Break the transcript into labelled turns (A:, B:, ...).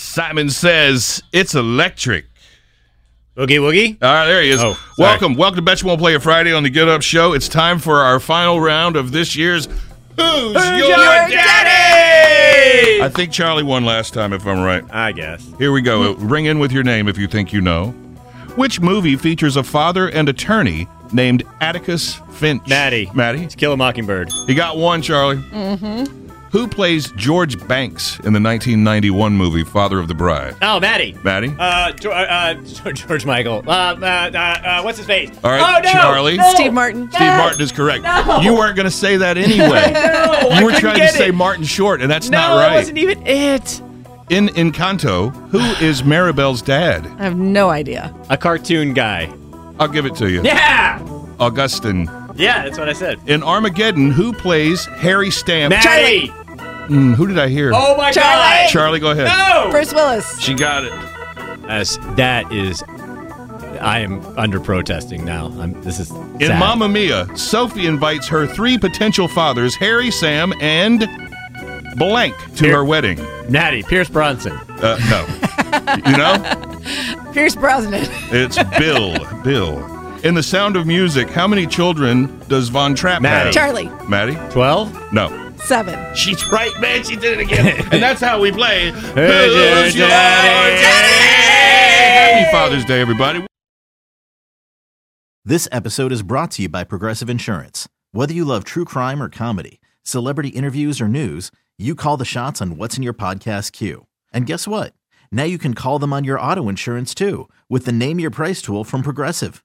A: Simon says it's electric.
B: Boogie Woogie?
A: All right, there he is.
B: Oh, sorry.
A: welcome, welcome to Bet You Won't Play a Friday on the Get Up Show. It's time for our final round of this year's Who's, your, Daddy? I think Charlie won last time, if I'm right.
B: I guess.
A: Here we go. Ring in with your name if you think you know. Which movie features a father and attorney named Atticus Finch?
B: Maddie.
A: Maddie.
B: To kill a mockingbird.
A: He got one, Charlie. Mm-hmm. Who plays George Banks in the 1991 movie Father of the Bride?
B: Oh, Maddie.
A: Maddie.
B: Uh, George, uh, George George Michael. Uh, uh, uh, uh, what's his face?
A: All right,
B: oh, no!
A: Charlie.
B: No!
C: Steve Martin.
A: Steve Martin is correct. You weren't going to say that anyway.
B: Oh, I
A: you were
B: couldn't
A: trying to
B: get
A: say
B: it.
A: Martin Short, and that's
B: No,
A: not right.
B: that wasn't e- even it.
A: In Encanto, who is Maribel's dad?
C: I have no idea.
B: A cartoon guy.
A: I'll give it to you.
B: Yeah!
A: Augustine.
B: Yeah, that's what I said.
A: In Armageddon, who plays Harry Stamp?
B: Maddie!
A: Mm, who did I hear?
B: Oh my
C: Charlie!
A: Charlie, go ahead.
B: god!
C: Bruce Willis.
A: She got it.
B: No! That's, that is. I am under protesting now. I'm, this is.
A: In
B: sad.
A: Mamma Mia, Sophie invites her three potential fathers, Harry, Sam, and blank, to
B: Here.
A: her wedding.
B: Maddie, Pierce Bronson.
A: Uh, no. you know?
C: Pierce Brosnan.
A: It's Bill. Bill. In The Sound of Music, how many children does Von Trapp
B: Maddie.
A: have?
C: Charlie.
A: Maddie?
B: 12?
A: No.
C: Seven.
A: She's right, man. She did it again. and that's how we play.
B: your
A: Who's Your
B: Daddy?
A: Daddy? Happy Father's Day, everybody.
D: This episode is brought to you by Progressive Insurance. Whether you love true crime or comedy, celebrity interviews or news, you call the shots on what's in your podcast queue. And guess what? Now you can call them on your auto insurance too with the Name Your Price tool from Progressive.